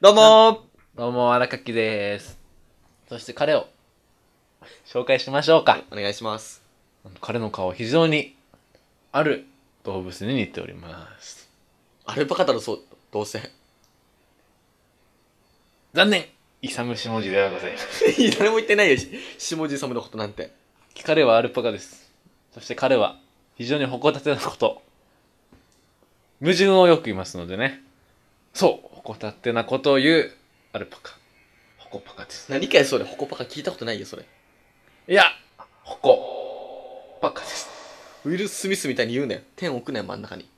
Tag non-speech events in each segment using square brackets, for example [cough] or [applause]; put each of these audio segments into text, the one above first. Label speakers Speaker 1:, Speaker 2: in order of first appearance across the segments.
Speaker 1: どうもー
Speaker 2: どうも、荒垣です。そして彼を紹介しましょうか。
Speaker 1: お願いします。
Speaker 2: 彼の顔、非常にある動物に似ております。
Speaker 1: アルパカだろ、そう、どうせ。 [laughs]
Speaker 2: 残念イサムシモジではございます。
Speaker 1: 誰も言ってないよ、し下地様のことなんて。
Speaker 2: 彼はアルパカです。そして彼は非常に矛盾なこと。矛盾をよく言いますのでね。そう矛盾なことを言うアルパカ。ホコパカです。
Speaker 1: 何かよ、それ。ホコパカ聞いたことないよ、それ。
Speaker 2: いやホコパカです。
Speaker 1: ウィル・スミスみたいに言うなよ。天置くなよ、真ん中に。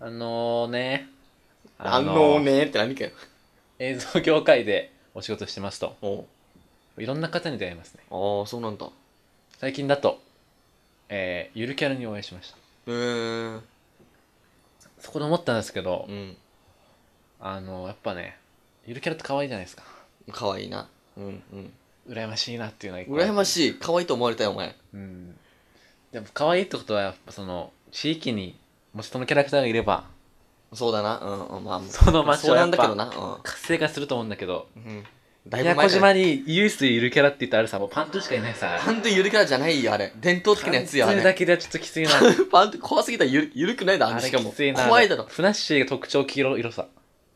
Speaker 2: あのーね。
Speaker 1: あのー。ねーって何かよ。
Speaker 2: 映像業界でお仕事してますと、
Speaker 1: お
Speaker 2: いろんな方に出会いますね。
Speaker 1: ああ、そうなんだ。
Speaker 2: 最近だと、えーゆるキャラにお会いしました。
Speaker 1: うーん。
Speaker 2: そこで思ったんですけど、
Speaker 1: うん。
Speaker 2: あの、やっぱね、ゆるキャラって可愛いじゃないですか。
Speaker 1: かわいいな。うん、うん。
Speaker 2: 羨ましいなっていうのは一個
Speaker 1: 羨ましい。かわいいと思われたよ、お前。
Speaker 2: うん。でも可愛いってことは、やっぱその、地域に、もしそのキャラクターがいれば、
Speaker 1: そうだな。うん、うん、まあ、
Speaker 2: その町
Speaker 1: そう
Speaker 2: は
Speaker 1: な
Speaker 2: や
Speaker 1: ん
Speaker 2: っ
Speaker 1: だけど
Speaker 2: ぱ
Speaker 1: な。う
Speaker 2: 活性化すると思うんだけど、
Speaker 1: ん。うん。だいぶ
Speaker 2: 宮
Speaker 1: 前
Speaker 2: 古
Speaker 1: だ
Speaker 2: 島
Speaker 1: ね。
Speaker 2: に唯一ゆるキャラって言ったらあるさ、もうパントしかいないさ。
Speaker 1: パンとゆるキャラじゃないよ、あれ。伝統的なやつや、あ
Speaker 2: パントだ
Speaker 1: れ。
Speaker 2: けではちょっときついな。
Speaker 1: [laughs] パンと怖すぎたらゆるゆるくないだ、あ
Speaker 2: あ
Speaker 1: れ。
Speaker 2: れ
Speaker 1: しか
Speaker 2: き
Speaker 1: も
Speaker 2: つい。な。
Speaker 1: 怖いだろ。
Speaker 2: フナッシーが特徴黄色色さ。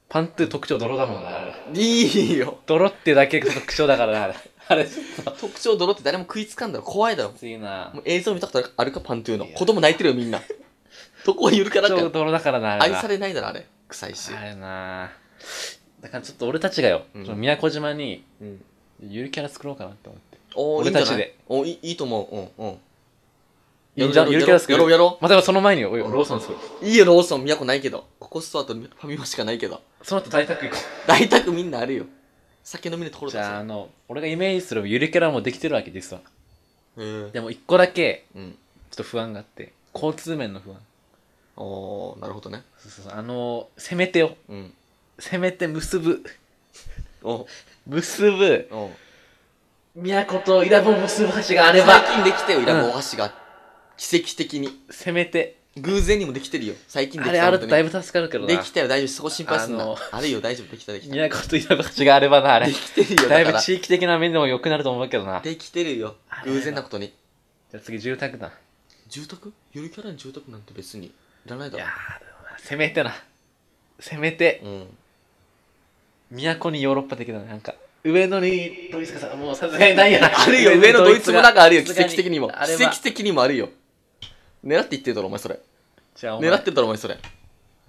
Speaker 2: パントゥ特徴泥だもんな。あれ
Speaker 1: いいよ。
Speaker 2: 泥ってだけが特徴だからな。あれ、あれちょっとき
Speaker 1: 特徴泥って誰も食いつかんだろ怖いだろ
Speaker 2: ついな
Speaker 1: も。う映像見たことあるかパントゥーの
Speaker 2: いや
Speaker 1: 子供泣いてるよみん
Speaker 2: [laughs]
Speaker 1: などこはゆるかだっ
Speaker 2: 特徴
Speaker 1: て
Speaker 2: 泥だからな。あれ
Speaker 1: 愛
Speaker 2: な
Speaker 1: されないだろあれ臭いし
Speaker 2: あれな。だからちょっと俺たちがよ、
Speaker 1: うん
Speaker 2: その宮古島に
Speaker 1: うん
Speaker 2: ゆるキャラ作ろうかなって思って。
Speaker 1: おーいい
Speaker 2: 俺
Speaker 1: んじゃ
Speaker 2: た
Speaker 1: な
Speaker 2: ち
Speaker 1: い
Speaker 2: で
Speaker 1: おいいいと思ううんうん
Speaker 2: いいじゃんゆるキャラ作
Speaker 1: や
Speaker 2: る
Speaker 1: ろうやろ
Speaker 2: まあ、でもその前に、おい、ローソン作る。
Speaker 1: ういいよローソン都ないけどここストアとファミマしかないけど
Speaker 2: その後大宅行こ
Speaker 1: 大体みんなあるよ酒飲みのとこ
Speaker 2: う。
Speaker 1: ろ
Speaker 2: じゃあ、
Speaker 1: だ
Speaker 2: あ
Speaker 1: し
Speaker 2: の、俺がイメージするゆるキャラもできてるわけですわ。
Speaker 1: へー
Speaker 2: でも一個だけ、
Speaker 1: うん
Speaker 2: ちょっと不安があって、交通面の不安。
Speaker 1: おーなるほどね
Speaker 2: そうそうそうあの、せめてを、
Speaker 1: うん
Speaker 2: せめて結ぶ。
Speaker 1: お
Speaker 2: 結ぶ
Speaker 1: お
Speaker 2: 都と伊良部を結ぶ橋があれ
Speaker 1: 最
Speaker 2: ば
Speaker 1: 近できたよイラブお箸が奇跡的に
Speaker 2: せめて
Speaker 1: 偶然にもできてるよ最近でき
Speaker 2: あれ
Speaker 1: た
Speaker 2: ある
Speaker 1: 本当
Speaker 2: と
Speaker 1: に
Speaker 2: だいぶ助かるけどな
Speaker 1: できたよ、大丈夫。そこ心配すんな。
Speaker 2: あ
Speaker 1: あ
Speaker 2: の
Speaker 1: るよ、大丈夫。できた、できた。で
Speaker 2: 都と伊良部橋があればなあれ
Speaker 1: きてるよ、
Speaker 2: だ
Speaker 1: だか
Speaker 2: いぶ
Speaker 1: ら。
Speaker 2: 地域的な面でも良くなると思うけどなじ
Speaker 1: できてるよ。偶然なことに。
Speaker 2: ゃあ次住宅だ
Speaker 1: 住宅ゆるキャラに住宅なんて別にいらない
Speaker 2: い
Speaker 1: だ
Speaker 2: や
Speaker 1: ろ。
Speaker 2: ーでもなせめてなせめて
Speaker 1: うん。
Speaker 2: 都にヨーロッパ的ななんか上野にドイツがさもうさすがにないやな
Speaker 1: ある [laughs] よ、上のドイツ村があるよ、奇跡的にも。
Speaker 2: あれ
Speaker 1: 奇
Speaker 2: ば
Speaker 1: 跡的にもあるよ。狙っていってるだろ、お前それ。
Speaker 2: じゃあお前
Speaker 1: 狙ってるだろ、お前それ。
Speaker 2: も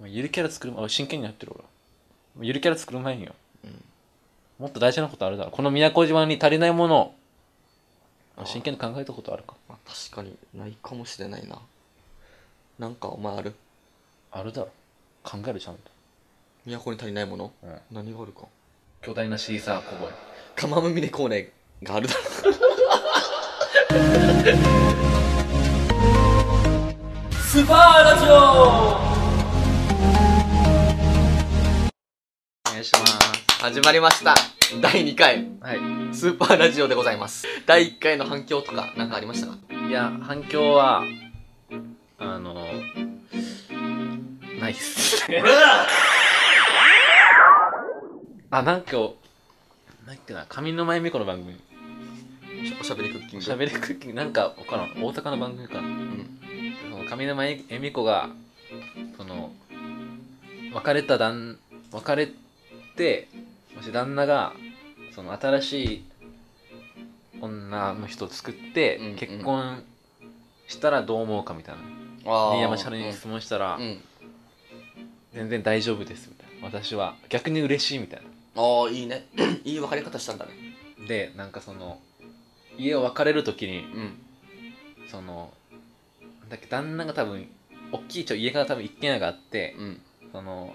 Speaker 2: うゆるキャラ作るあ真剣にやってる俺もうゆるキャラ作る前によ、
Speaker 1: うん
Speaker 2: もっと大事なことあるだろこの宮古島に足りないもの
Speaker 1: あ
Speaker 2: を真剣に考えたことあるか
Speaker 1: まあ確かにないかもしれないな。なんか、お前ある
Speaker 2: あるだろ考えるちゃんと、
Speaker 1: 都に足りないもの
Speaker 2: うん、
Speaker 1: 何があるか。
Speaker 2: 巨大なシーサーこぼ
Speaker 1: 釜まみねコーネがあるだろ。
Speaker 2: スパーラジオお願いします
Speaker 1: 始まりました。第2回。
Speaker 2: はい
Speaker 1: スーパーラジオでございます。第1回の反響とか、なんかありましたか
Speaker 2: いや反響はあのないっす [laughs] あなんか [laughs] なんかな上沼恵美子の番組
Speaker 1: おしゃべりクッキング。
Speaker 2: 喋りクッキングなんか分からん大阪の番組か
Speaker 1: う。
Speaker 2: なんその上沼恵美子がその別れた旦別れてもし旦那がその新しい女の人を作って、
Speaker 1: うんうん
Speaker 2: 結婚したらどう思うかみたいな
Speaker 1: あ
Speaker 2: 新山千春に質問したら、
Speaker 1: うん。
Speaker 2: 全然大丈夫ですみたいな私は逆に嬉しいみたい
Speaker 1: ああ、いいね。 [coughs] いい別れ方したんだね。
Speaker 2: なでなんかその家を別れる時に
Speaker 1: うん。
Speaker 2: そのなんだっけ旦那が多分大きいちょ家が多分一軒家があって
Speaker 1: うん。
Speaker 2: その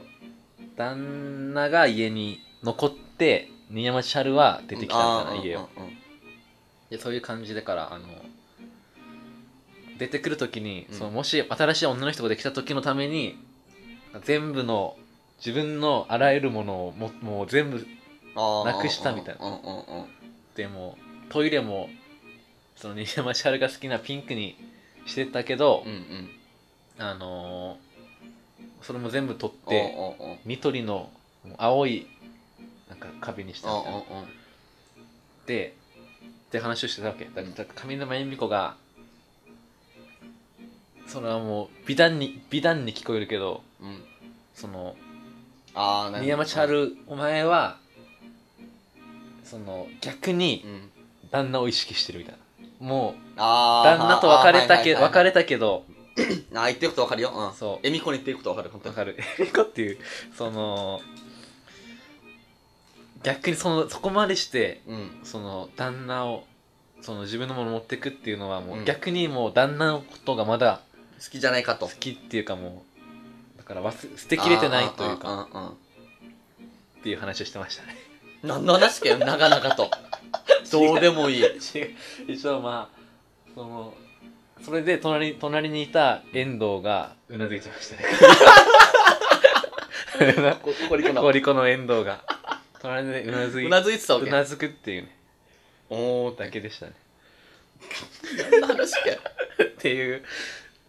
Speaker 2: 旦那が家に残って新山千春は出てきたみたいな家を。
Speaker 1: うんうん
Speaker 2: でそういう感じだからあの出てくる時に、
Speaker 1: うん
Speaker 2: そのもし新しい女の人ができた時のために全部の自分のあらゆるものをももう全部
Speaker 1: あー
Speaker 2: なくしたみたいな
Speaker 1: うんうんうん。
Speaker 2: でもトイレもその西山千春が好きなピンクにしてたけど、
Speaker 1: うん
Speaker 2: あのーそれも全部取っ
Speaker 1: うん。
Speaker 2: て
Speaker 1: おうおうおう
Speaker 2: ニトリの青いなんか壁にした
Speaker 1: うん
Speaker 2: み
Speaker 1: う
Speaker 2: たいなん
Speaker 1: うん
Speaker 2: でって話をしてたわけだから上沼恵美子がそれはもう美談に美談に聞こえるけど
Speaker 1: うん
Speaker 2: その
Speaker 1: ああなるほど
Speaker 2: 新山千春お前はその逆に
Speaker 1: うん
Speaker 2: 旦那を意識してるみたいなも
Speaker 1: あ
Speaker 2: う
Speaker 1: あ
Speaker 2: 旦那と別れたけ別
Speaker 1: る
Speaker 2: れたけど
Speaker 1: あー言ってることわかるようん
Speaker 2: そう
Speaker 1: えみこに言ってることわかる本当
Speaker 2: わ
Speaker 1: に
Speaker 2: かる。エリコっていう、その、逆にその、そこまでして、
Speaker 1: うん
Speaker 2: その、旦那を、その自分のものを持ってくっていうのはもう、
Speaker 1: うん
Speaker 2: 逆にもう旦那のことがまだ
Speaker 1: 好きじゃないか
Speaker 2: 好
Speaker 1: と
Speaker 2: きっていうかもう、だから忘れ、捨てきれてないというか、
Speaker 1: かうんうんうん
Speaker 2: っていう話をしてましたね。 [laughs]
Speaker 1: 何の話かよ長々とどうでもいい
Speaker 2: 違う一応まあ、その、それで隣、隣にいた遠藤が、うなずいてましたね。 [laughs]
Speaker 1: こ [laughs] こにこの
Speaker 2: コリコの遠藤が、隣でうなずいう
Speaker 1: なずいてたわ
Speaker 2: う
Speaker 1: け
Speaker 2: なずくっていうね
Speaker 1: おお
Speaker 2: だけでしたね
Speaker 1: 何の話かよ
Speaker 2: っていう、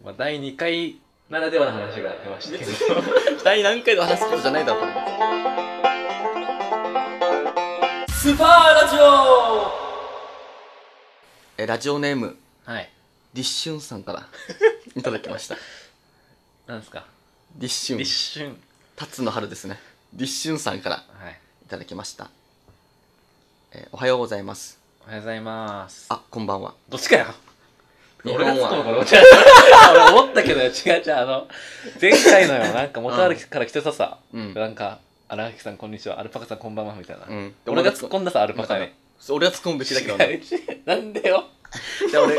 Speaker 2: まあ、第2回ならではの話が出ましたけど
Speaker 1: 第何回の話すことじゃないだろこれ
Speaker 2: スパーラジオ
Speaker 1: えラジオネーム
Speaker 2: はい
Speaker 1: 立春さんからいただきました
Speaker 2: なんですか
Speaker 1: 立春
Speaker 2: 一瞬
Speaker 1: 辰の春ですね立春さんから
Speaker 2: はい
Speaker 1: いただきました、えーおはようございます
Speaker 2: おはようございます
Speaker 1: あこんばんは
Speaker 2: どっちかよ
Speaker 1: 日
Speaker 2: 俺
Speaker 1: 本は
Speaker 2: が突っ込むから違う俺思ったけど違う違うあの前回のよなんか元歩きから来てたさ、
Speaker 1: うん
Speaker 2: なんか荒木さんこんにちはアルパカさんこんばんはみたいな、
Speaker 1: うんで
Speaker 2: 俺が突っ込んださアルパカ
Speaker 1: だ
Speaker 2: ね
Speaker 1: からそう俺が突っ込むべきだけどね
Speaker 2: 違う違うなんで [laughs] よじゃあ俺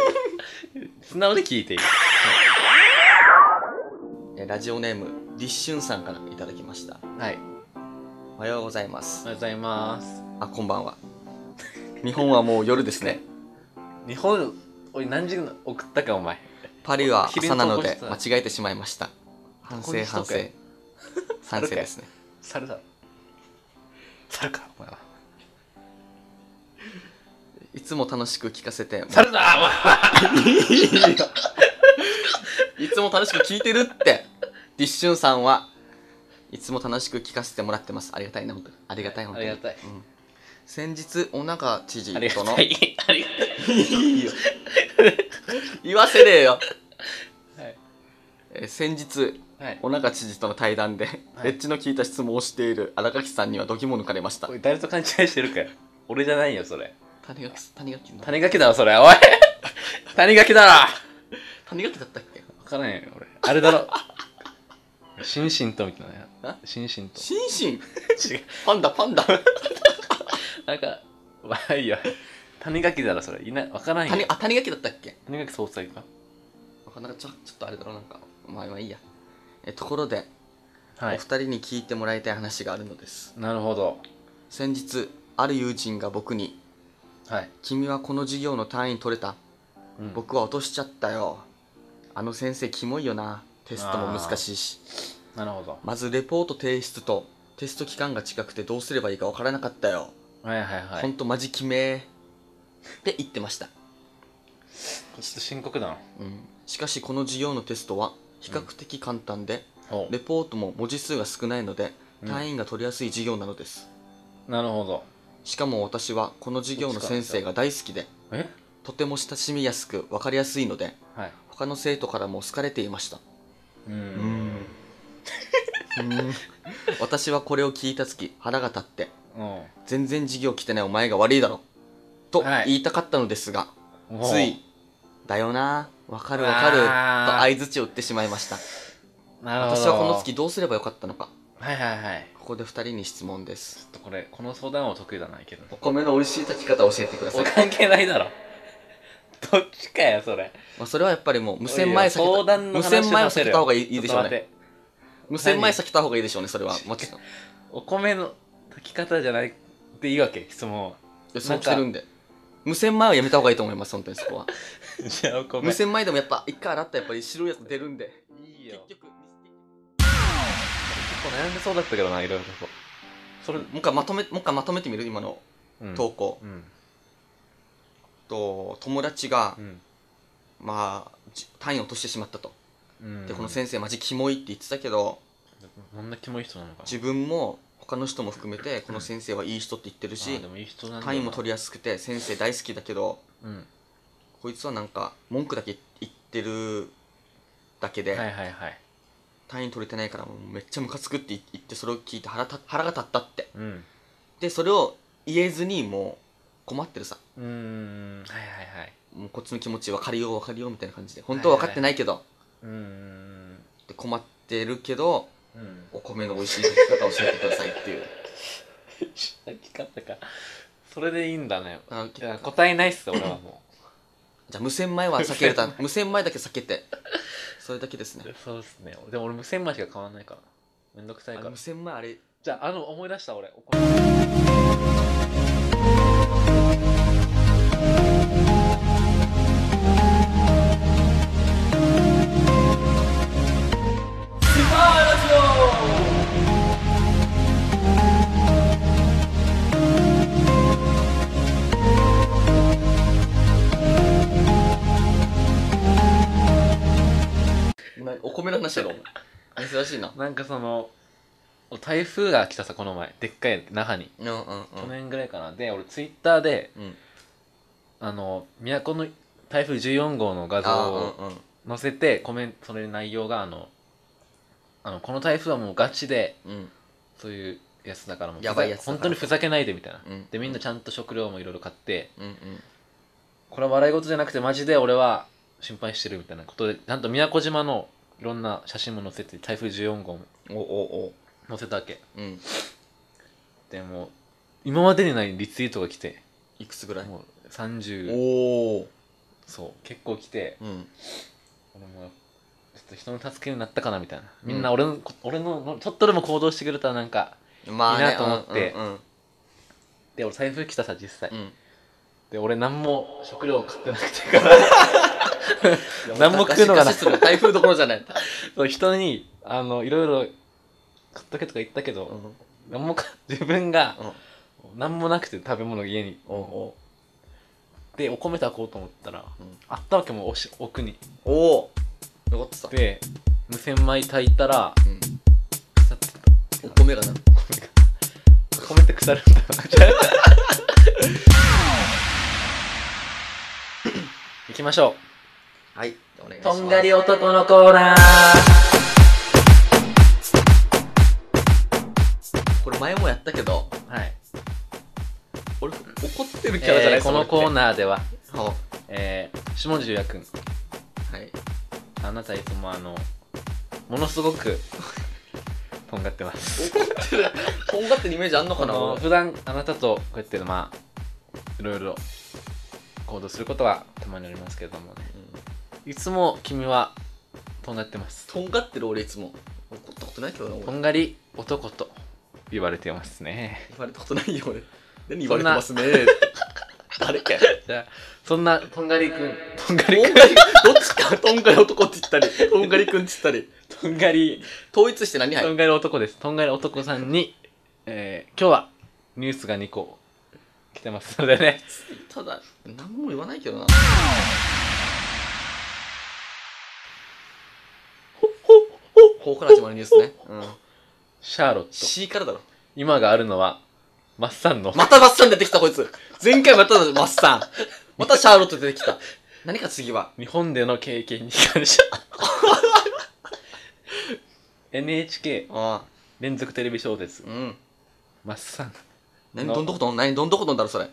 Speaker 2: 素直に聞いていい
Speaker 1: えーラジオネーム立春さんからいただきました
Speaker 2: はい
Speaker 1: おはようございま
Speaker 2: お
Speaker 1: す
Speaker 2: はようございます。
Speaker 1: あこんばん
Speaker 2: [laughs]
Speaker 1: は日本はもう夜ですね
Speaker 2: 日本、おい、何時に送ったか、お前。
Speaker 1: パリは
Speaker 2: 昼
Speaker 1: 朝
Speaker 2: に
Speaker 1: な
Speaker 2: 投
Speaker 1: の
Speaker 2: 稿し
Speaker 1: で
Speaker 2: てた
Speaker 1: 間違えてしまいました反
Speaker 2: ここ
Speaker 1: 省
Speaker 2: にしと
Speaker 1: 反
Speaker 2: け
Speaker 1: 省反省ですね
Speaker 2: [laughs] 猿だ。猿か、お前は。
Speaker 1: いつも楽しく聞かせても
Speaker 2: 猿だ、お前は。
Speaker 1: いつも楽しく聞いてるって。ディッシュンさんはいつも楽しく聞かせてもらってます。ありがたいな、本当に。ありがたい、本当に。
Speaker 2: ありがたい
Speaker 1: うん先日、お腹知事
Speaker 2: ありが
Speaker 1: との
Speaker 2: た。い。ありが
Speaker 1: いいよ。 [laughs] 言わせねえよ。
Speaker 2: たい。
Speaker 1: えー先日、
Speaker 2: はい。
Speaker 1: お腹知事との対談で、
Speaker 2: はい
Speaker 1: エッジの聞いた質問をしている荒垣さんには度肝抜かれました
Speaker 2: お。い、誰と勘違いしてるかよ。俺じゃないよ、それ。
Speaker 1: 谷垣、谷垣の。
Speaker 2: 谷垣だろ、そ [laughs] れ。おい谷垣だろわ
Speaker 1: 谷垣だったっけ
Speaker 2: からんよ、俺。あれだろ。シンシンとみたいな
Speaker 1: あ。
Speaker 2: シンシンと。
Speaker 1: シンシン
Speaker 2: 違う。
Speaker 1: パンダ、パンダ。
Speaker 2: なんか、まあいいや。谷垣だろ、それ。いない、わからんよ
Speaker 1: 谷、。あ、谷垣だったっけ
Speaker 2: 谷垣総裁か。
Speaker 1: なんかちょ、ちょっとあれだろ、なんか。まあまあいいや。えーところで、
Speaker 2: は
Speaker 1: お二人に聞いてもらいたい話があるのです
Speaker 2: なるほど。
Speaker 1: 先日ある友人が僕に
Speaker 2: はい。
Speaker 1: 「君はこの授業の単位取れた
Speaker 2: うん
Speaker 1: 僕は落としちゃったよあの先生キモいよなテストも難しいし
Speaker 2: なるほど。
Speaker 1: まずレポート提出とテスト期間が近くてどうすればいいか分からなかったよ、
Speaker 2: はいはいはい。
Speaker 1: ほ
Speaker 2: ちょ
Speaker 1: んとマジキメーって言ってました、
Speaker 2: っと深刻だな。
Speaker 1: うん、しかしこの授業のテストは比較的簡単で、
Speaker 2: ほ
Speaker 1: レポートも文字数が少ないので
Speaker 2: うん
Speaker 1: 単位が取りやすい授業なのです、
Speaker 2: う。なるほど。
Speaker 1: しかも私はこの授業の先生が大好きで
Speaker 2: え
Speaker 1: とても親しみやすく分かりやすいので
Speaker 2: はい。
Speaker 1: 他の生徒からも好かれていました
Speaker 2: うー。
Speaker 1: うん私はこれを聞いた時腹が立って
Speaker 2: うん。
Speaker 1: 全然授業来てないお前が悪いだろと
Speaker 2: はい
Speaker 1: 言いたかったのですが、
Speaker 2: おう
Speaker 1: つい。だよなわかるわかる
Speaker 2: う
Speaker 1: と
Speaker 2: わー
Speaker 1: 相槌を打ってしまいました
Speaker 2: なるほど。
Speaker 1: 私はこの月。どうすればよかったのか
Speaker 2: はいはいはい。
Speaker 1: ここで2人に質問で
Speaker 2: ち
Speaker 1: す
Speaker 2: ょっとこれ、この相談は得意だな、いけど。
Speaker 1: お米の美味しい炊き方を教えてくだ
Speaker 2: お関係ないだろ。どっちかよ、それ。
Speaker 1: まあ、それはやっぱりもう無洗米避
Speaker 2: おいおい相
Speaker 1: けた
Speaker 2: 談の
Speaker 1: 無
Speaker 2: 話
Speaker 1: 洗米は
Speaker 2: させ
Speaker 1: 避
Speaker 2: ろ
Speaker 1: け
Speaker 2: よ
Speaker 1: た方がいいいいでしょう
Speaker 2: ちっと待っ
Speaker 1: ね
Speaker 2: て
Speaker 1: 無洗米避けた方がいいでしょうねそれはもちろん
Speaker 2: お米の炊き方じゃないっていいわけ、質問は。
Speaker 1: いやそう来てるんで無洗米はやめた方がいいと思います本当にそこは
Speaker 2: じゃあお米。
Speaker 1: 無洗米でもやっぱ一回洗ったらやっぱり白いやつ出るんで
Speaker 2: いい
Speaker 1: 結
Speaker 2: よ。結
Speaker 1: 局
Speaker 2: 構悩んでそうだったけどな、いろいろと。それ
Speaker 1: も、う一回まとめもう一回まとめてみる今の
Speaker 2: うん
Speaker 1: 投稿、
Speaker 2: うん。
Speaker 1: と友達が
Speaker 2: う、ん。
Speaker 1: まあじ単位を落としてしまったと、
Speaker 2: うん
Speaker 1: でこの先生マジキモいって言ってたけど
Speaker 2: こんなキモい人なのかな
Speaker 1: 自分も他の人も含めてこの先生はいい人って言ってる
Speaker 2: あ
Speaker 1: し
Speaker 2: ーでもいい人なんだ
Speaker 1: 単位も取りやすくて先生大好きだけど
Speaker 2: りうん
Speaker 1: こいつはなんか文句だけ言ってるだけ
Speaker 2: はい
Speaker 1: で
Speaker 2: はいはい
Speaker 1: 単位取れてないからもうめっちゃムカつくって言ってそれを聞いて腹た腹が立ったって
Speaker 2: うん
Speaker 1: でそれを言えずにもう困ってるさ
Speaker 2: うーんはいはいはい
Speaker 1: もうこっちの気持ち分かりよう分かりようみたいな感じで本当は分かってないけど、
Speaker 2: うーん
Speaker 1: で困ってるけど
Speaker 2: うん
Speaker 1: お米の美味しい炊き方を教えてくださいって
Speaker 2: [laughs]
Speaker 1: いう
Speaker 2: 書き方か [laughs] それでいいんだね
Speaker 1: あ
Speaker 2: いや答えないっす俺はも
Speaker 1: じゃあ無洗米は避けれた無洗米だけ避けてそれだけですね
Speaker 2: うそうっすねでも俺無洗米しか買わないからめんどくさい
Speaker 1: あ
Speaker 2: から
Speaker 1: 無洗米あれ
Speaker 2: じゃああの思い出した俺お
Speaker 1: なお米の話やろお前珍しいな
Speaker 2: なんかその台風が来たさこの前でっかい那覇に
Speaker 1: うんうんうん
Speaker 2: 去年ぐらいかな、で俺ツイッターで
Speaker 1: うん
Speaker 2: あの都の台風14号の画像
Speaker 1: あ
Speaker 2: を
Speaker 1: ーうんうん
Speaker 2: 載せてコメントそれ内容があのあのこの台風はもうガチで
Speaker 1: うん
Speaker 2: そういうやつだからもう
Speaker 1: やばいやつだから
Speaker 2: 本当にふざけないでみたいな、
Speaker 1: うん
Speaker 2: でみんなちゃんと食料もいろいろ買って
Speaker 1: うんうん
Speaker 2: これは笑い事じゃなくてマジで俺は心配してるみたいなことでなんと宮古島のいろんな写真も載せて台風14号も
Speaker 1: おおお
Speaker 2: 載せたわけ
Speaker 1: うん
Speaker 2: でもう今までにないリツイートが来て
Speaker 1: いくつぐらい
Speaker 2: もう30
Speaker 1: おお
Speaker 2: そう結構来て
Speaker 1: うん
Speaker 2: 俺もちょっと人の助けになったかなみたいなみんな俺の,、俺のちょっとでも行動してくれたらなんか
Speaker 1: まあね
Speaker 2: いいなと思って
Speaker 1: うんうん
Speaker 2: で俺財布来たさ実際、
Speaker 1: うん
Speaker 2: で俺何も食料買ってなくてから何も食うのがな
Speaker 1: 貸し貸しする台風どころじゃない
Speaker 2: そう人にあのいろいろ買っとけとか言ったけど、
Speaker 1: ん
Speaker 2: 何もか [laughs] 自分が
Speaker 1: うん
Speaker 2: 何もなくて食べ物が家に
Speaker 1: おお
Speaker 2: でお米炊こうと思ったら、
Speaker 1: うん
Speaker 2: あったわけもうおし奥に
Speaker 1: おお残ってた
Speaker 2: で無洗米炊いたら
Speaker 1: うん
Speaker 2: 腐ってた
Speaker 1: お米がな
Speaker 2: 米が米って腐るんだ [laughs] な行きましょ
Speaker 1: はいお願いし
Speaker 2: う
Speaker 1: ます
Speaker 2: 男のコーナー
Speaker 1: これ前もやったけど
Speaker 2: はい
Speaker 1: 俺怒ってるキャラじゃない、
Speaker 2: えーこのコー
Speaker 1: ー
Speaker 2: ナーでは、
Speaker 1: は
Speaker 2: えー、下地優也くん
Speaker 1: い
Speaker 2: あなたいつもあのものすごくとんがってます
Speaker 1: とんがってるイメージあんのか
Speaker 2: あ
Speaker 1: な
Speaker 2: の普段あなたとこうやってまあいろいろ行動することはたまにありますけれどもね
Speaker 1: うん
Speaker 2: いつも君はとんがってます
Speaker 1: とんがってる俺いつも怒ったことないけどな俺
Speaker 2: とんがり男と言われてますね [laughs]
Speaker 1: 言われたことないよ俺何言
Speaker 2: そ
Speaker 1: わ
Speaker 2: ん
Speaker 1: れて
Speaker 2: な
Speaker 1: ますねって誰かよ
Speaker 2: じゃあそんなとんがりくんとんが
Speaker 1: と
Speaker 2: りく
Speaker 1: ん
Speaker 2: ん
Speaker 1: がりどっちかとんがり男って言ったりとんがりくんって言ったり
Speaker 2: とんがり
Speaker 1: 統一して何入
Speaker 2: と
Speaker 1: る
Speaker 2: んがり男ですとんがり男さんに、えー今日はニュースが2個来てますのでね
Speaker 1: ただ何も言わないけどなここから始まるニュースね、うん、
Speaker 2: シャーロット
Speaker 1: C からだろ
Speaker 2: 今があるのはマッサンの
Speaker 1: またマッサン出てきたこいつ前回またマッ
Speaker 2: [laughs]
Speaker 1: サンまたシャーロット出てきた何か次は
Speaker 2: 日本での経験に感
Speaker 1: [laughs]
Speaker 2: 謝 NHK
Speaker 1: ああ
Speaker 2: 連続テレビ小説
Speaker 1: うん
Speaker 2: マッサン
Speaker 1: 何どんどこどん何どんどこどんだろそれ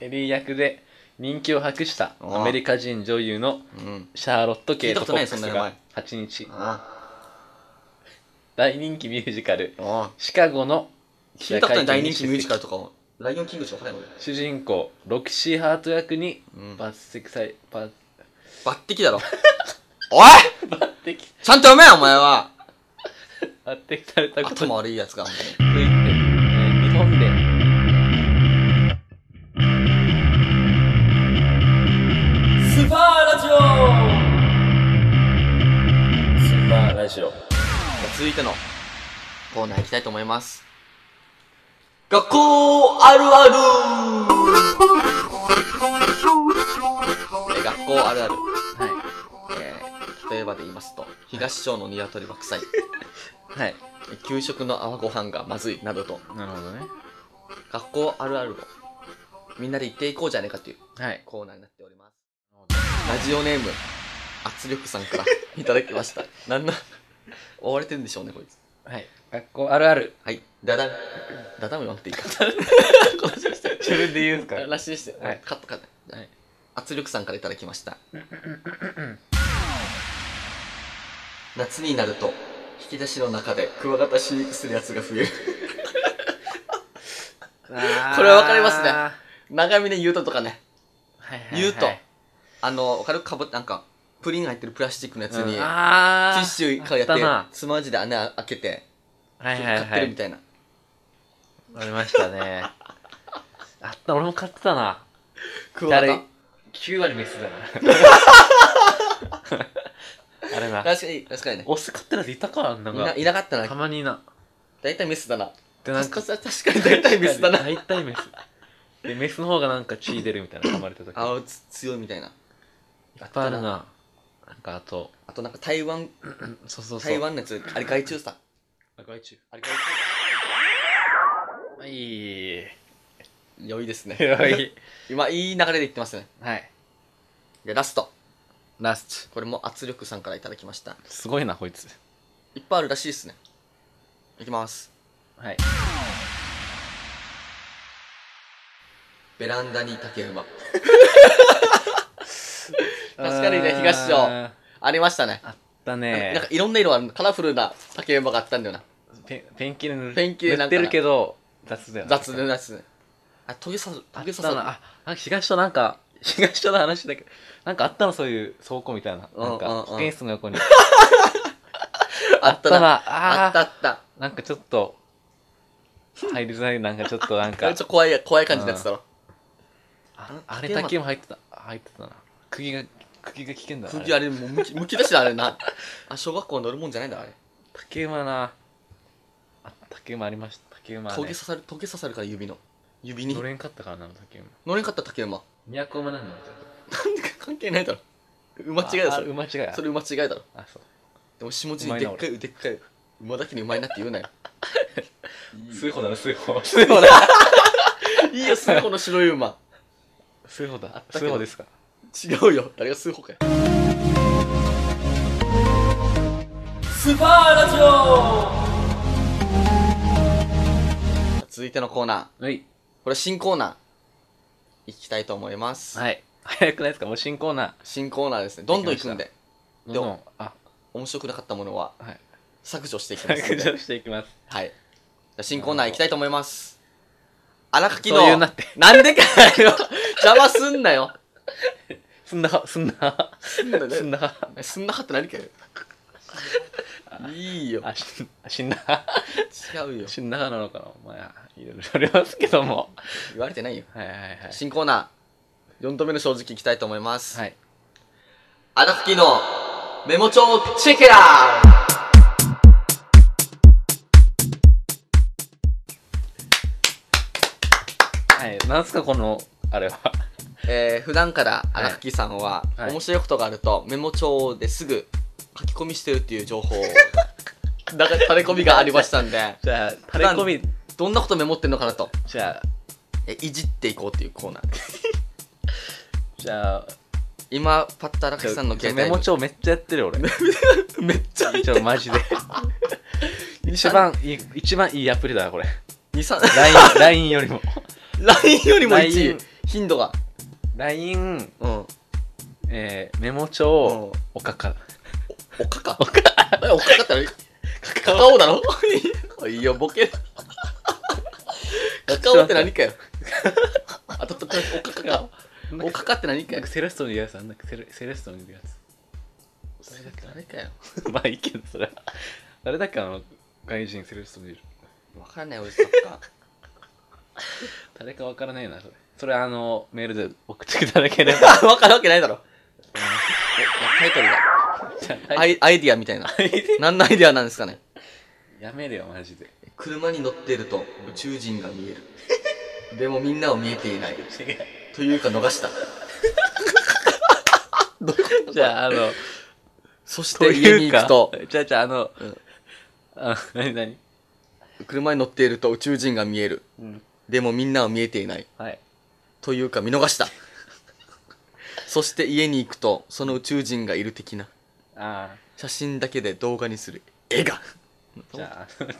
Speaker 2: エリー役で人気を博した
Speaker 1: あー
Speaker 2: アメリカ人女優の
Speaker 1: うん
Speaker 2: シャーロット・ケイト・
Speaker 1: 聞いたこと
Speaker 2: コ
Speaker 1: ない
Speaker 2: ックス
Speaker 1: そんな名前
Speaker 2: が8日
Speaker 1: あ
Speaker 2: 大人気ミュージカル
Speaker 1: あああ
Speaker 2: シカゴの
Speaker 1: 聞いたことない大人気ミュージカル
Speaker 2: と
Speaker 1: とかもライオンキングしかわかんない
Speaker 2: 主人公ロキシー・ハート役に
Speaker 1: 俺、うん、抜
Speaker 2: 抜擢され抜
Speaker 1: 擢 [laughs] だろおい
Speaker 2: 擢
Speaker 1: ちゃんと読めよお前は
Speaker 2: 抜擢されたことに
Speaker 1: 頭悪いやつが本当に
Speaker 2: ついて、えー日本でスパーラジオスパーラジオ
Speaker 1: 続いてのコーナー行きたいと思います。学校あるあるえ学校あるある、
Speaker 2: は
Speaker 1: えー例えばで言いますと、東小の鶏爆祭。
Speaker 2: はい
Speaker 1: 給食の泡ご飯がまずいなどと
Speaker 2: なるほどね
Speaker 1: 学校あるあるをみんなで言っていこうじゃねえかという
Speaker 2: はい
Speaker 1: コーナーになっておりますラジオネーム圧力さんからいただきましたなんな追われてるんでしょうねこいつ
Speaker 2: はい学校あるある
Speaker 1: はいダダンダダンも言わなくていいか
Speaker 2: 自分で言 [laughs] うんす
Speaker 1: [laughs] らしいして、
Speaker 2: はい
Speaker 1: カットカット、
Speaker 2: はい
Speaker 1: 圧力さんからいただきました夏になると引き出しの中でクワガタ飼育するやつが増える
Speaker 2: こ
Speaker 1: こ
Speaker 2: れ
Speaker 1: れは分かりますね
Speaker 2: は
Speaker 1: 長峰優斗とかね
Speaker 2: いはい、はい、
Speaker 1: 言うとあのわかるかぶなんかプリンが入ってるプラスチックのやつに、ティ
Speaker 2: あ
Speaker 1: ッシュからや
Speaker 2: あった
Speaker 1: っ
Speaker 2: な
Speaker 1: てスマージで穴開けて
Speaker 2: はいはい
Speaker 1: 買っ
Speaker 2: は
Speaker 1: てるみ
Speaker 2: い
Speaker 1: たいな、
Speaker 2: ありましたねあった俺も買ってたな
Speaker 1: クワガ
Speaker 2: 誰
Speaker 1: タ
Speaker 2: 9割メスだな [laughs] あれな
Speaker 1: 確かに確かにね
Speaker 2: [laughs] オス買ってるやついたかあんないん
Speaker 1: な
Speaker 2: か
Speaker 1: いなかった
Speaker 2: た
Speaker 1: な
Speaker 2: まにな
Speaker 1: 大体メスだな
Speaker 2: でなん
Speaker 1: 確
Speaker 2: か
Speaker 1: か確かに大体メスだ [laughs] な
Speaker 2: 大体メスでメスの方がなんか血出るみたいな噛まれた時
Speaker 1: あつ強いみたいない
Speaker 2: っぱいあるななんかあと
Speaker 1: あとなんか台湾
Speaker 2: そうそうそう
Speaker 1: 台湾のやつあれ害虫さ
Speaker 2: あ害虫
Speaker 1: あれ害虫
Speaker 2: はい
Speaker 1: 良いですね [laughs]
Speaker 2: はい
Speaker 1: 今いい流れでいってますね
Speaker 2: はい
Speaker 1: でラスト
Speaker 2: ラス
Speaker 1: これも圧力さんからいただきました
Speaker 2: トすごいなこいつ
Speaker 1: いっぱいあるらしいですねいきます
Speaker 2: はい
Speaker 1: ベランダに竹馬確かにね東
Speaker 2: あ
Speaker 1: 章
Speaker 2: ー
Speaker 1: ありましたね
Speaker 2: あった
Speaker 1: なん
Speaker 2: ね
Speaker 1: かいろんな色あるのカラフルな竹馬があったんだよな
Speaker 2: ペンペンキで塗る
Speaker 1: ペンキで
Speaker 2: 塗
Speaker 1: なん
Speaker 2: っ
Speaker 1: か
Speaker 2: てるけど雑だよな
Speaker 1: 雑なやつあトゲ刺さ
Speaker 2: あっ
Speaker 1: トゲ刺
Speaker 2: たな
Speaker 1: さ
Speaker 2: あなんか東となんか東との話だけどなんかあったのそういう倉庫みたいな
Speaker 1: うん
Speaker 2: な
Speaker 1: うんう
Speaker 2: ん
Speaker 1: ん
Speaker 2: か保健室の横に
Speaker 1: あったなあ
Speaker 2: あ
Speaker 1: ったあ
Speaker 2: ー
Speaker 1: った
Speaker 2: なんかちょっと入りづらいなんかちょっとなん
Speaker 1: [laughs] ちょ
Speaker 2: か
Speaker 1: っと怖い怖い感じのやつだろ
Speaker 2: ああれだけも入ってた入ってたな釘が釘が危険だな
Speaker 1: 釘あれもうむきむき出しだあれなあ小学校乗るもんじゃないんだあれ
Speaker 2: 竹馬なあ竹馬ありました竹馬ね
Speaker 1: トゲ刺さるトゲ刺さるから指の指に
Speaker 2: 乗れんかったからなあの竹馬
Speaker 1: 乗れんかった竹馬
Speaker 2: 宮古馬なんだよ
Speaker 1: なんでか関係ないだろ馬違いだ
Speaker 2: ああ
Speaker 1: それ
Speaker 2: 馬違い
Speaker 1: それ馬違いだろ
Speaker 2: あそう
Speaker 1: でも下地にでっかいでっかい馬だけにうまいなって言うな
Speaker 2: [laughs]
Speaker 1: よ
Speaker 2: 数歩だな数歩
Speaker 1: でもねいいよスーホの白い馬
Speaker 2: [laughs] 数歩だ
Speaker 1: たけど
Speaker 2: 数歩ですか
Speaker 1: 違うよ誰がスーホかよ
Speaker 2: スパーラジオ
Speaker 1: 続いてのコーナー
Speaker 2: はい
Speaker 1: これ新コーナーいきたいと思います、
Speaker 2: はい。早くないですかもう新コーナ
Speaker 1: 新コーナーですねどんどんいくんで
Speaker 2: ー。どんどん、あ、
Speaker 1: 面白くなかったものは
Speaker 2: はい。
Speaker 1: 削除していきます
Speaker 2: [laughs] 削
Speaker 1: ので
Speaker 2: 除していきます。
Speaker 1: はいじゃあ新コーナーいきたいと思います荒垣の
Speaker 2: そういうなって。
Speaker 1: なんでかよ邪魔すんなよ
Speaker 2: すんなは、すんなは、
Speaker 1: すんな
Speaker 2: すんなは。
Speaker 1: えすんなかって何かよいいよ
Speaker 2: あ、しん、しんなは、
Speaker 1: 違うよ
Speaker 2: しんなはなのかなまあ、いろいろありますけども。
Speaker 1: 言われてないよ
Speaker 2: はいはいはい。
Speaker 1: 新コーナー4度目の正直いきたいと思います、
Speaker 2: はい。
Speaker 1: 荒吹のメモ帳チェケラー
Speaker 2: はい。なんすか、この、あれは。
Speaker 1: えー、普段から荒吹さんは、
Speaker 2: はい
Speaker 1: 面白いことがあるとメモ帳ですぐ書き込みしてるっていう情
Speaker 2: [laughs]
Speaker 1: 報をだから垂れ込みがありましたんで
Speaker 2: じゃあ、タレコミ、
Speaker 1: どんなことメモってんのかなと
Speaker 2: じゃあ、
Speaker 1: えいじっていこうっていうコーナーです
Speaker 2: じゃあ、
Speaker 1: 今パッと荒
Speaker 2: じゃ
Speaker 1: 吹
Speaker 2: あ
Speaker 1: さんの携帯
Speaker 2: メモ帳めっちゃやってるよ [laughs] 俺。
Speaker 1: めっちゃ
Speaker 2: 一応マ [laughs] ジで。一番いい、一番いいアプリだな、これ。
Speaker 1: 23
Speaker 2: LINE、LINE よりも。
Speaker 1: LINE よりも1
Speaker 2: LINE
Speaker 1: 位頻度が
Speaker 2: LINE、
Speaker 1: うん
Speaker 2: えー、メモ帳、
Speaker 1: うん
Speaker 2: おかか。
Speaker 1: おかかおかおかかったらカカオだろいいよボケるカカオって何かよあとととおかかかおかかって何か
Speaker 2: なん
Speaker 1: よ
Speaker 2: かセレストにいるやつあんなセレセレストにいるやつ
Speaker 1: それ誰かよ
Speaker 2: [laughs] まあいいけどそれは誰だっけあの外人セレストにいる
Speaker 1: わかんない俺サッカ
Speaker 2: 誰かわからないなそれそれあのメールで送っていただけ [laughs] れば
Speaker 1: ーわかるわけないだろおタイトルが
Speaker 2: じゃあ
Speaker 1: アイアイディアみたいな何のアイディアなんですかね
Speaker 2: [laughs] やめるよマジで
Speaker 1: 車に乗っていると宇宙人が見えるでもみんなを見えてい
Speaker 2: [laughs]
Speaker 1: ない
Speaker 2: 違う
Speaker 1: というか逃した
Speaker 2: じゃああの
Speaker 1: そし
Speaker 2: と
Speaker 1: て家
Speaker 2: い
Speaker 1: に
Speaker 2: う
Speaker 1: 行
Speaker 2: か
Speaker 1: くと
Speaker 2: じゃあじゃああの、
Speaker 1: うん
Speaker 2: あ何何
Speaker 1: 車に乗っていると宇宙人が見える
Speaker 2: うん
Speaker 1: でもみんなは見えていない
Speaker 2: はい
Speaker 1: というか見逃したそして家に行くとその宇宙人がいる的な
Speaker 2: あ
Speaker 1: 写真だけで動画にする絵が
Speaker 2: あじゃあじゃあ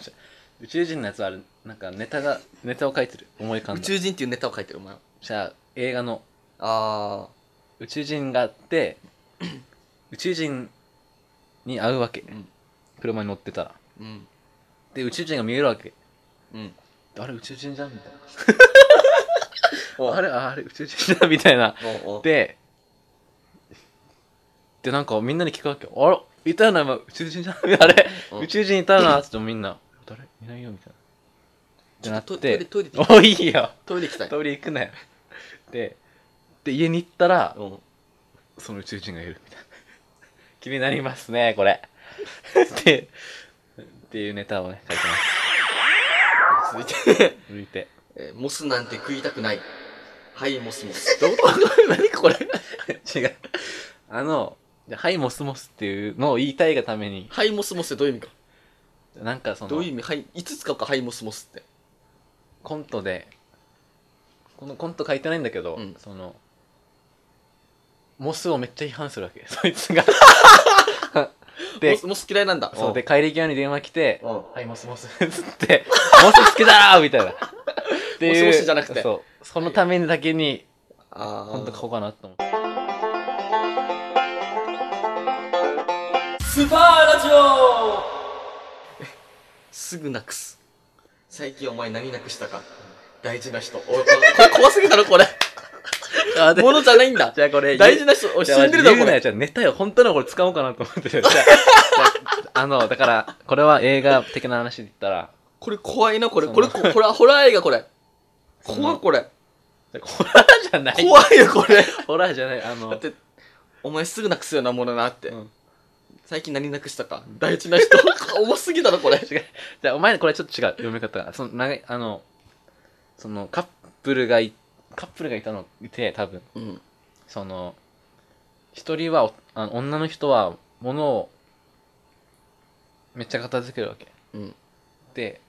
Speaker 2: 宇宙人のやつはあれなんかネタがネタを書いてる思い浮かん
Speaker 1: 宇
Speaker 2: だ
Speaker 1: 宙人っていうネタを書いてるお前は
Speaker 2: じゃあ映画の
Speaker 1: あ
Speaker 2: 宇宙人があって宇宙人に会うわけ、
Speaker 1: ん
Speaker 2: 車に乗ってたら
Speaker 1: ーうん
Speaker 2: で宇宙人が見えるわけ
Speaker 1: うん
Speaker 2: あれ宇宙人じゃんみた [laughs] い
Speaker 1: [laughs] お
Speaker 2: なあれあれ宇宙人じゃんみたいな
Speaker 1: おお
Speaker 2: ででなんかみんなに聞くわけあらいたよな今宇宙人じゃんあれ
Speaker 1: うん
Speaker 2: 宇宙人いたよなっつってみんな誰いないよみたいな
Speaker 1: ちょっと
Speaker 2: ってなって
Speaker 1: トイレトイレ行き
Speaker 2: おいいよ
Speaker 1: トイレ行きたい
Speaker 2: 通り行くなよでで家に行ったら
Speaker 1: うん
Speaker 2: その宇宙人がいるみたいな気になりますねこれってっていうネタをね書いて
Speaker 1: 続いて [laughs]
Speaker 2: ます抜いて
Speaker 1: えーモスなんて食いたくないはいモスモスどういうこと何これ
Speaker 2: 違うあの「はいモスモス」っていうのを言いたいがために
Speaker 1: はいモスモスってどういう意味か
Speaker 2: なんかそ
Speaker 1: ど
Speaker 2: の
Speaker 1: ういう意味はいいつ使うかはいモスモスって
Speaker 2: コントでこのコント書いてないんだけど、
Speaker 1: うん
Speaker 2: そのモスをめっちゃ批判するわけ [laughs] そいつ
Speaker 1: [laughs]
Speaker 2: が
Speaker 1: モ
Speaker 2: で
Speaker 1: スモス嫌いなんだ
Speaker 2: そうで帰り際に電話来て
Speaker 1: うん
Speaker 2: はい、モスモス [laughs] つって、モス好きだーみ
Speaker 1: [laughs]
Speaker 2: たいな。っていう
Speaker 1: モスモスじゃなくて
Speaker 2: そう。そのためにだけに、
Speaker 1: あ
Speaker 2: ほんと書こう
Speaker 1: ー
Speaker 2: かなと思って。
Speaker 1: スパーラジオすぐなくす最近お前何なくしたか大事な [laughs] 人おいこれこれ怖すぎだろこれ
Speaker 2: [laughs] あ
Speaker 1: ものじゃないんだ
Speaker 2: じゃあこれ、
Speaker 1: 大事な人おい
Speaker 2: じ
Speaker 1: 死
Speaker 2: ゃあ
Speaker 1: んでるだろ
Speaker 2: 言
Speaker 1: こ
Speaker 2: うなよ
Speaker 1: れ
Speaker 2: じゃあネタよ。本当のこれ使おうかなと思ってる。じゃあじゃああの、だから、これは映画的な話で言ったら、
Speaker 1: これ怖いなこれ
Speaker 2: そ
Speaker 1: こ
Speaker 2: の
Speaker 1: れここ [laughs] れホラー映画これ
Speaker 2: その
Speaker 1: 怖いこれ
Speaker 2: ホラーじゃない。
Speaker 1: 怖いよこれ
Speaker 2: ホラーじゃない。あ
Speaker 1: だっ
Speaker 2: の、
Speaker 1: てお前すぐなくすようなものなって、
Speaker 2: うん
Speaker 1: 最近何なくしたか大事な
Speaker 2: [laughs]
Speaker 1: 人重すぎだろこれ
Speaker 2: 違う。じゃあお前のこれちょっと違う。読み方が。その、長い、あの、その、カップルがい、カップルがいたのいて、多分。
Speaker 1: うん
Speaker 2: その一人はおあの女の人は物をめっちゃ片付けるわけ
Speaker 1: うん
Speaker 2: で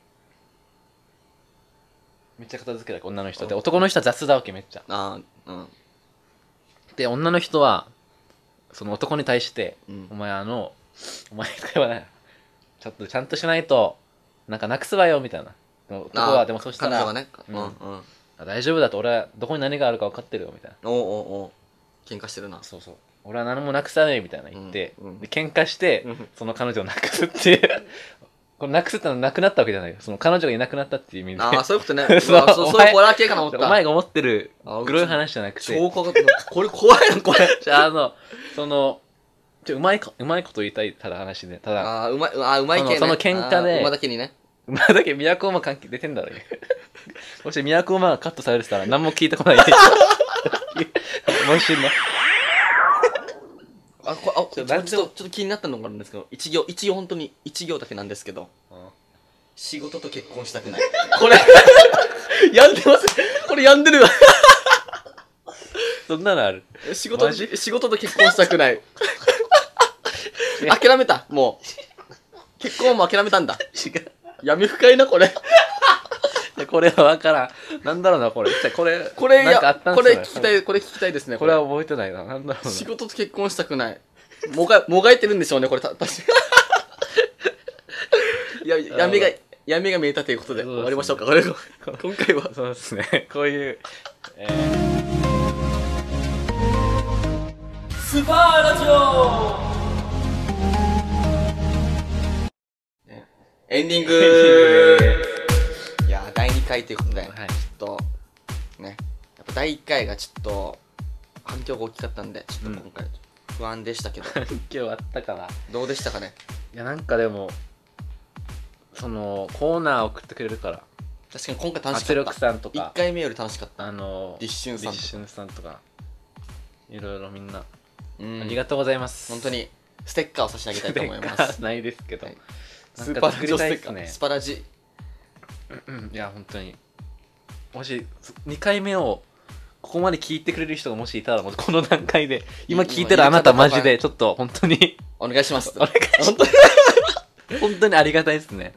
Speaker 2: めっちゃ片付けるわけ女の人で男の人は雑だわけめっちゃ
Speaker 1: ああうん
Speaker 2: で女の人はその男に対して
Speaker 1: う
Speaker 2: 「お
Speaker 1: ん
Speaker 2: 前あのお前とか言わないちょっとちゃんとしないとなんかなくすわよ」みたいなでも男はでもそした
Speaker 1: 彼
Speaker 2: ら
Speaker 1: 女はね
Speaker 2: う
Speaker 1: うんんうん
Speaker 2: 「あ大丈夫だと俺はどこに何があるか分かってるよ」みたいな
Speaker 1: おうおうおう喧嘩してるな
Speaker 2: そうそう俺は何もなくさないみたいな言って、
Speaker 1: うんうん
Speaker 2: で喧嘩して、
Speaker 1: うん
Speaker 2: その彼女をなくすっていう [laughs] これなくすってのはなくなったわけじゃないよその彼女がいなくなったっていう意味で
Speaker 1: ああそういうこ
Speaker 2: [laughs]
Speaker 1: とね
Speaker 2: そう
Speaker 1: うわそう
Speaker 2: お前
Speaker 1: そういうホラー系かな思った
Speaker 2: [laughs] お前が思ってる
Speaker 1: あ
Speaker 2: グロい話じゃなく
Speaker 1: 超
Speaker 2: て
Speaker 1: 怖かったこれ怖いなこれ
Speaker 2: [laughs] じゃああのそのちょうまいこうまいこと言いたいただ話でただ
Speaker 1: ああうまいあうまい系ね
Speaker 2: そのその喧嘩で
Speaker 1: あー馬だけにね
Speaker 2: まあだけど宮古馬関係出てんだろうよ [laughs] もし宮古馬がカットされてたら何も聞いてこな
Speaker 1: [laughs]
Speaker 2: いもう一瞬ね
Speaker 1: あこあちょち
Speaker 2: ちょ
Speaker 1: ょっ
Speaker 2: なん
Speaker 1: と
Speaker 2: で
Speaker 1: ちょっと気になったのがあるんですけど一行一行本当に一行だけなんですけど仕事と結婚したくないこれ病んでますこれ病んでるわ
Speaker 2: そんなのある
Speaker 1: 仕事
Speaker 2: マ
Speaker 1: と
Speaker 2: ジ
Speaker 1: 仕事と結婚したくない
Speaker 2: [laughs]
Speaker 1: 諦めたもう結婚も諦めたんだ
Speaker 2: 違う
Speaker 1: 闇深いなこれ
Speaker 2: でこれは分からん。なんだろうな、これ。じゃあこれ、
Speaker 1: これい
Speaker 2: なんかあ
Speaker 1: や
Speaker 2: ったん
Speaker 1: これ聞
Speaker 2: す
Speaker 1: き
Speaker 2: よ
Speaker 1: たいこれ聞きたいですね
Speaker 2: これは覚えてないな。なんだろう
Speaker 1: 仕事と結婚したくないもが [laughs] もがいてるんでしょうねこれた [laughs] 確かいや闇が闇が見えたということで
Speaker 2: そうですね
Speaker 1: 終わりましょうかこれ今回は
Speaker 2: な。そうですね。こういう、えー
Speaker 1: スパーラジオエンディング
Speaker 2: [laughs]
Speaker 1: いやー第2回ということで、
Speaker 2: はい
Speaker 1: ちょっとねやっぱ第1回がちょっと反響が大きかったんでちょっと今回不安でしたけど、
Speaker 2: 今日あったかな。い
Speaker 1: どうでしたかね
Speaker 2: や、なんかでも、その、コーナー送ってくれるから、
Speaker 1: 確かに今回楽し
Speaker 2: 圧
Speaker 1: か
Speaker 2: 力
Speaker 1: った
Speaker 2: さんとか
Speaker 1: 1、回目より楽しかった
Speaker 2: あの、
Speaker 1: 立春さんとか
Speaker 2: 立春さんとか、いろいろみんな、
Speaker 1: うん
Speaker 2: ありがとうございます。
Speaker 1: 本当にステッカーを差し上げたいと思いま
Speaker 2: [laughs] でっか
Speaker 1: す
Speaker 2: ないですけど
Speaker 1: はい。
Speaker 2: な
Speaker 1: ス
Speaker 2: ん
Speaker 1: ー
Speaker 2: か
Speaker 1: パーラ
Speaker 2: 作り
Speaker 1: ジオス
Speaker 2: たい
Speaker 1: テ
Speaker 2: っ
Speaker 1: ッカー、
Speaker 2: すね
Speaker 1: スパラジ
Speaker 2: うんいや本当にもし2回目をここまで聞いてくれる人がもしいたらもうこの段階で今聞いてるあなたマジでちょっと本当に
Speaker 1: お願いします
Speaker 2: お願いします
Speaker 1: 本当に
Speaker 2: 本当にありがたいですね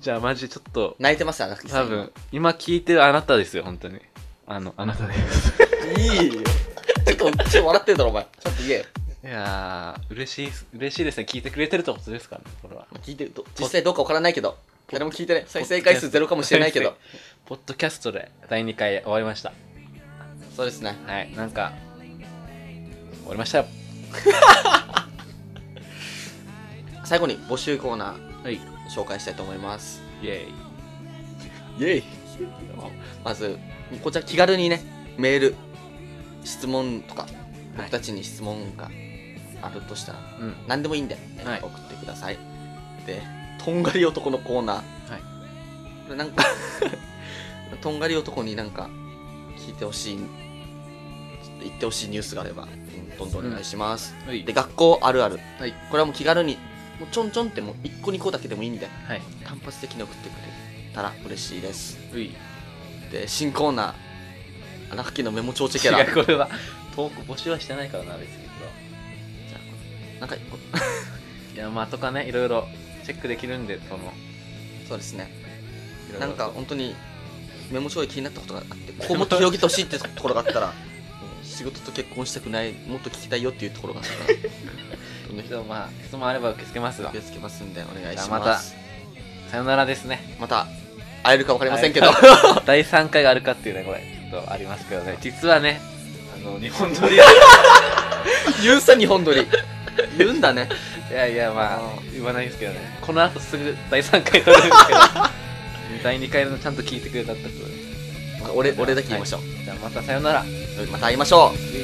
Speaker 2: じゃあマジちょっと
Speaker 1: 泣いてます、荒木さ
Speaker 2: 多
Speaker 1: ん。
Speaker 2: 分今聞いてるあなたですよ本当にあのあなたです
Speaker 1: いいよ。ちょっと、ちょっと笑ってんだろ、お前。ちょっと言えよ。
Speaker 2: いやー嬉しいっす嬉しいですね聞いてくれてるってことですからねこれは
Speaker 1: まあ聞いてると、実際どうかわからないけど、誰も聞いてない。再生回数ゼロかもしれないけど。
Speaker 2: [laughs] ポッドキャストで第2回終わりました
Speaker 1: そうですね。
Speaker 2: はいなんか終わりましたよ
Speaker 1: 最後に募集コーナー
Speaker 2: はいイ
Speaker 1: 紹介したいと思います。
Speaker 2: ェイ
Speaker 1: イェイまず、こちら気軽にね、メール、質問とか、僕たちに質問があるとしたら、
Speaker 2: うん
Speaker 1: 何でもいいんで、
Speaker 2: はい
Speaker 1: 送ってください。で、とんがり男のコーナー。これなんか、 [laughs] とんがり男になんか、聞いてほしい、ちょっと言ってほしいニュースがあれば、うんどんどんお願いします。
Speaker 2: はい
Speaker 1: で、学校あるある。
Speaker 2: はい
Speaker 1: これはもう気軽に、もうちょんちょんってもう1個2個だけでもいいんで、
Speaker 2: はい
Speaker 1: 単発的に送ってくれたら嬉しいです。
Speaker 2: うい
Speaker 1: で、新コーナー、荒垣のメモ帳チェケラ。
Speaker 2: [laughs] 違うこれは投稿募集はしてないからな別に
Speaker 1: なんか、こ
Speaker 2: いやまあとかねいろいろチェックできるんでその
Speaker 1: そうですね。
Speaker 2: いろいろ
Speaker 1: なんか本当にメモ帳で気になったことがあって、ここもっと広げてほしいってところがあ [laughs] ったら、うん仕事と結婚したくない、もっと聞きたいよっていうところがあったら、どんどん
Speaker 2: ちょっとまあ質問あれば受け付けますわ
Speaker 1: 受け付けますんでお願い
Speaker 2: じゃあ
Speaker 1: し
Speaker 2: また
Speaker 1: ます。
Speaker 2: さよならです [laughs] ね
Speaker 1: また会えるか分かりませんけど、
Speaker 2: 第3回があるかっていうねこれちょっとありますけどね [laughs] 実はねあの日本撮りい
Speaker 1: 言うさ日本撮り。 [laughs] 言うんだね。
Speaker 2: や [laughs] いやま
Speaker 1: あ
Speaker 2: あ言わないですけどね [laughs] この後すぐ第3回撮るんですけど [laughs] 第2回のちゃんと聞いてくれたってことで
Speaker 1: [laughs] 俺、俺だけ言いましょう。
Speaker 2: じゃあまたさよなら
Speaker 1: また会いましょう。
Speaker 2: イ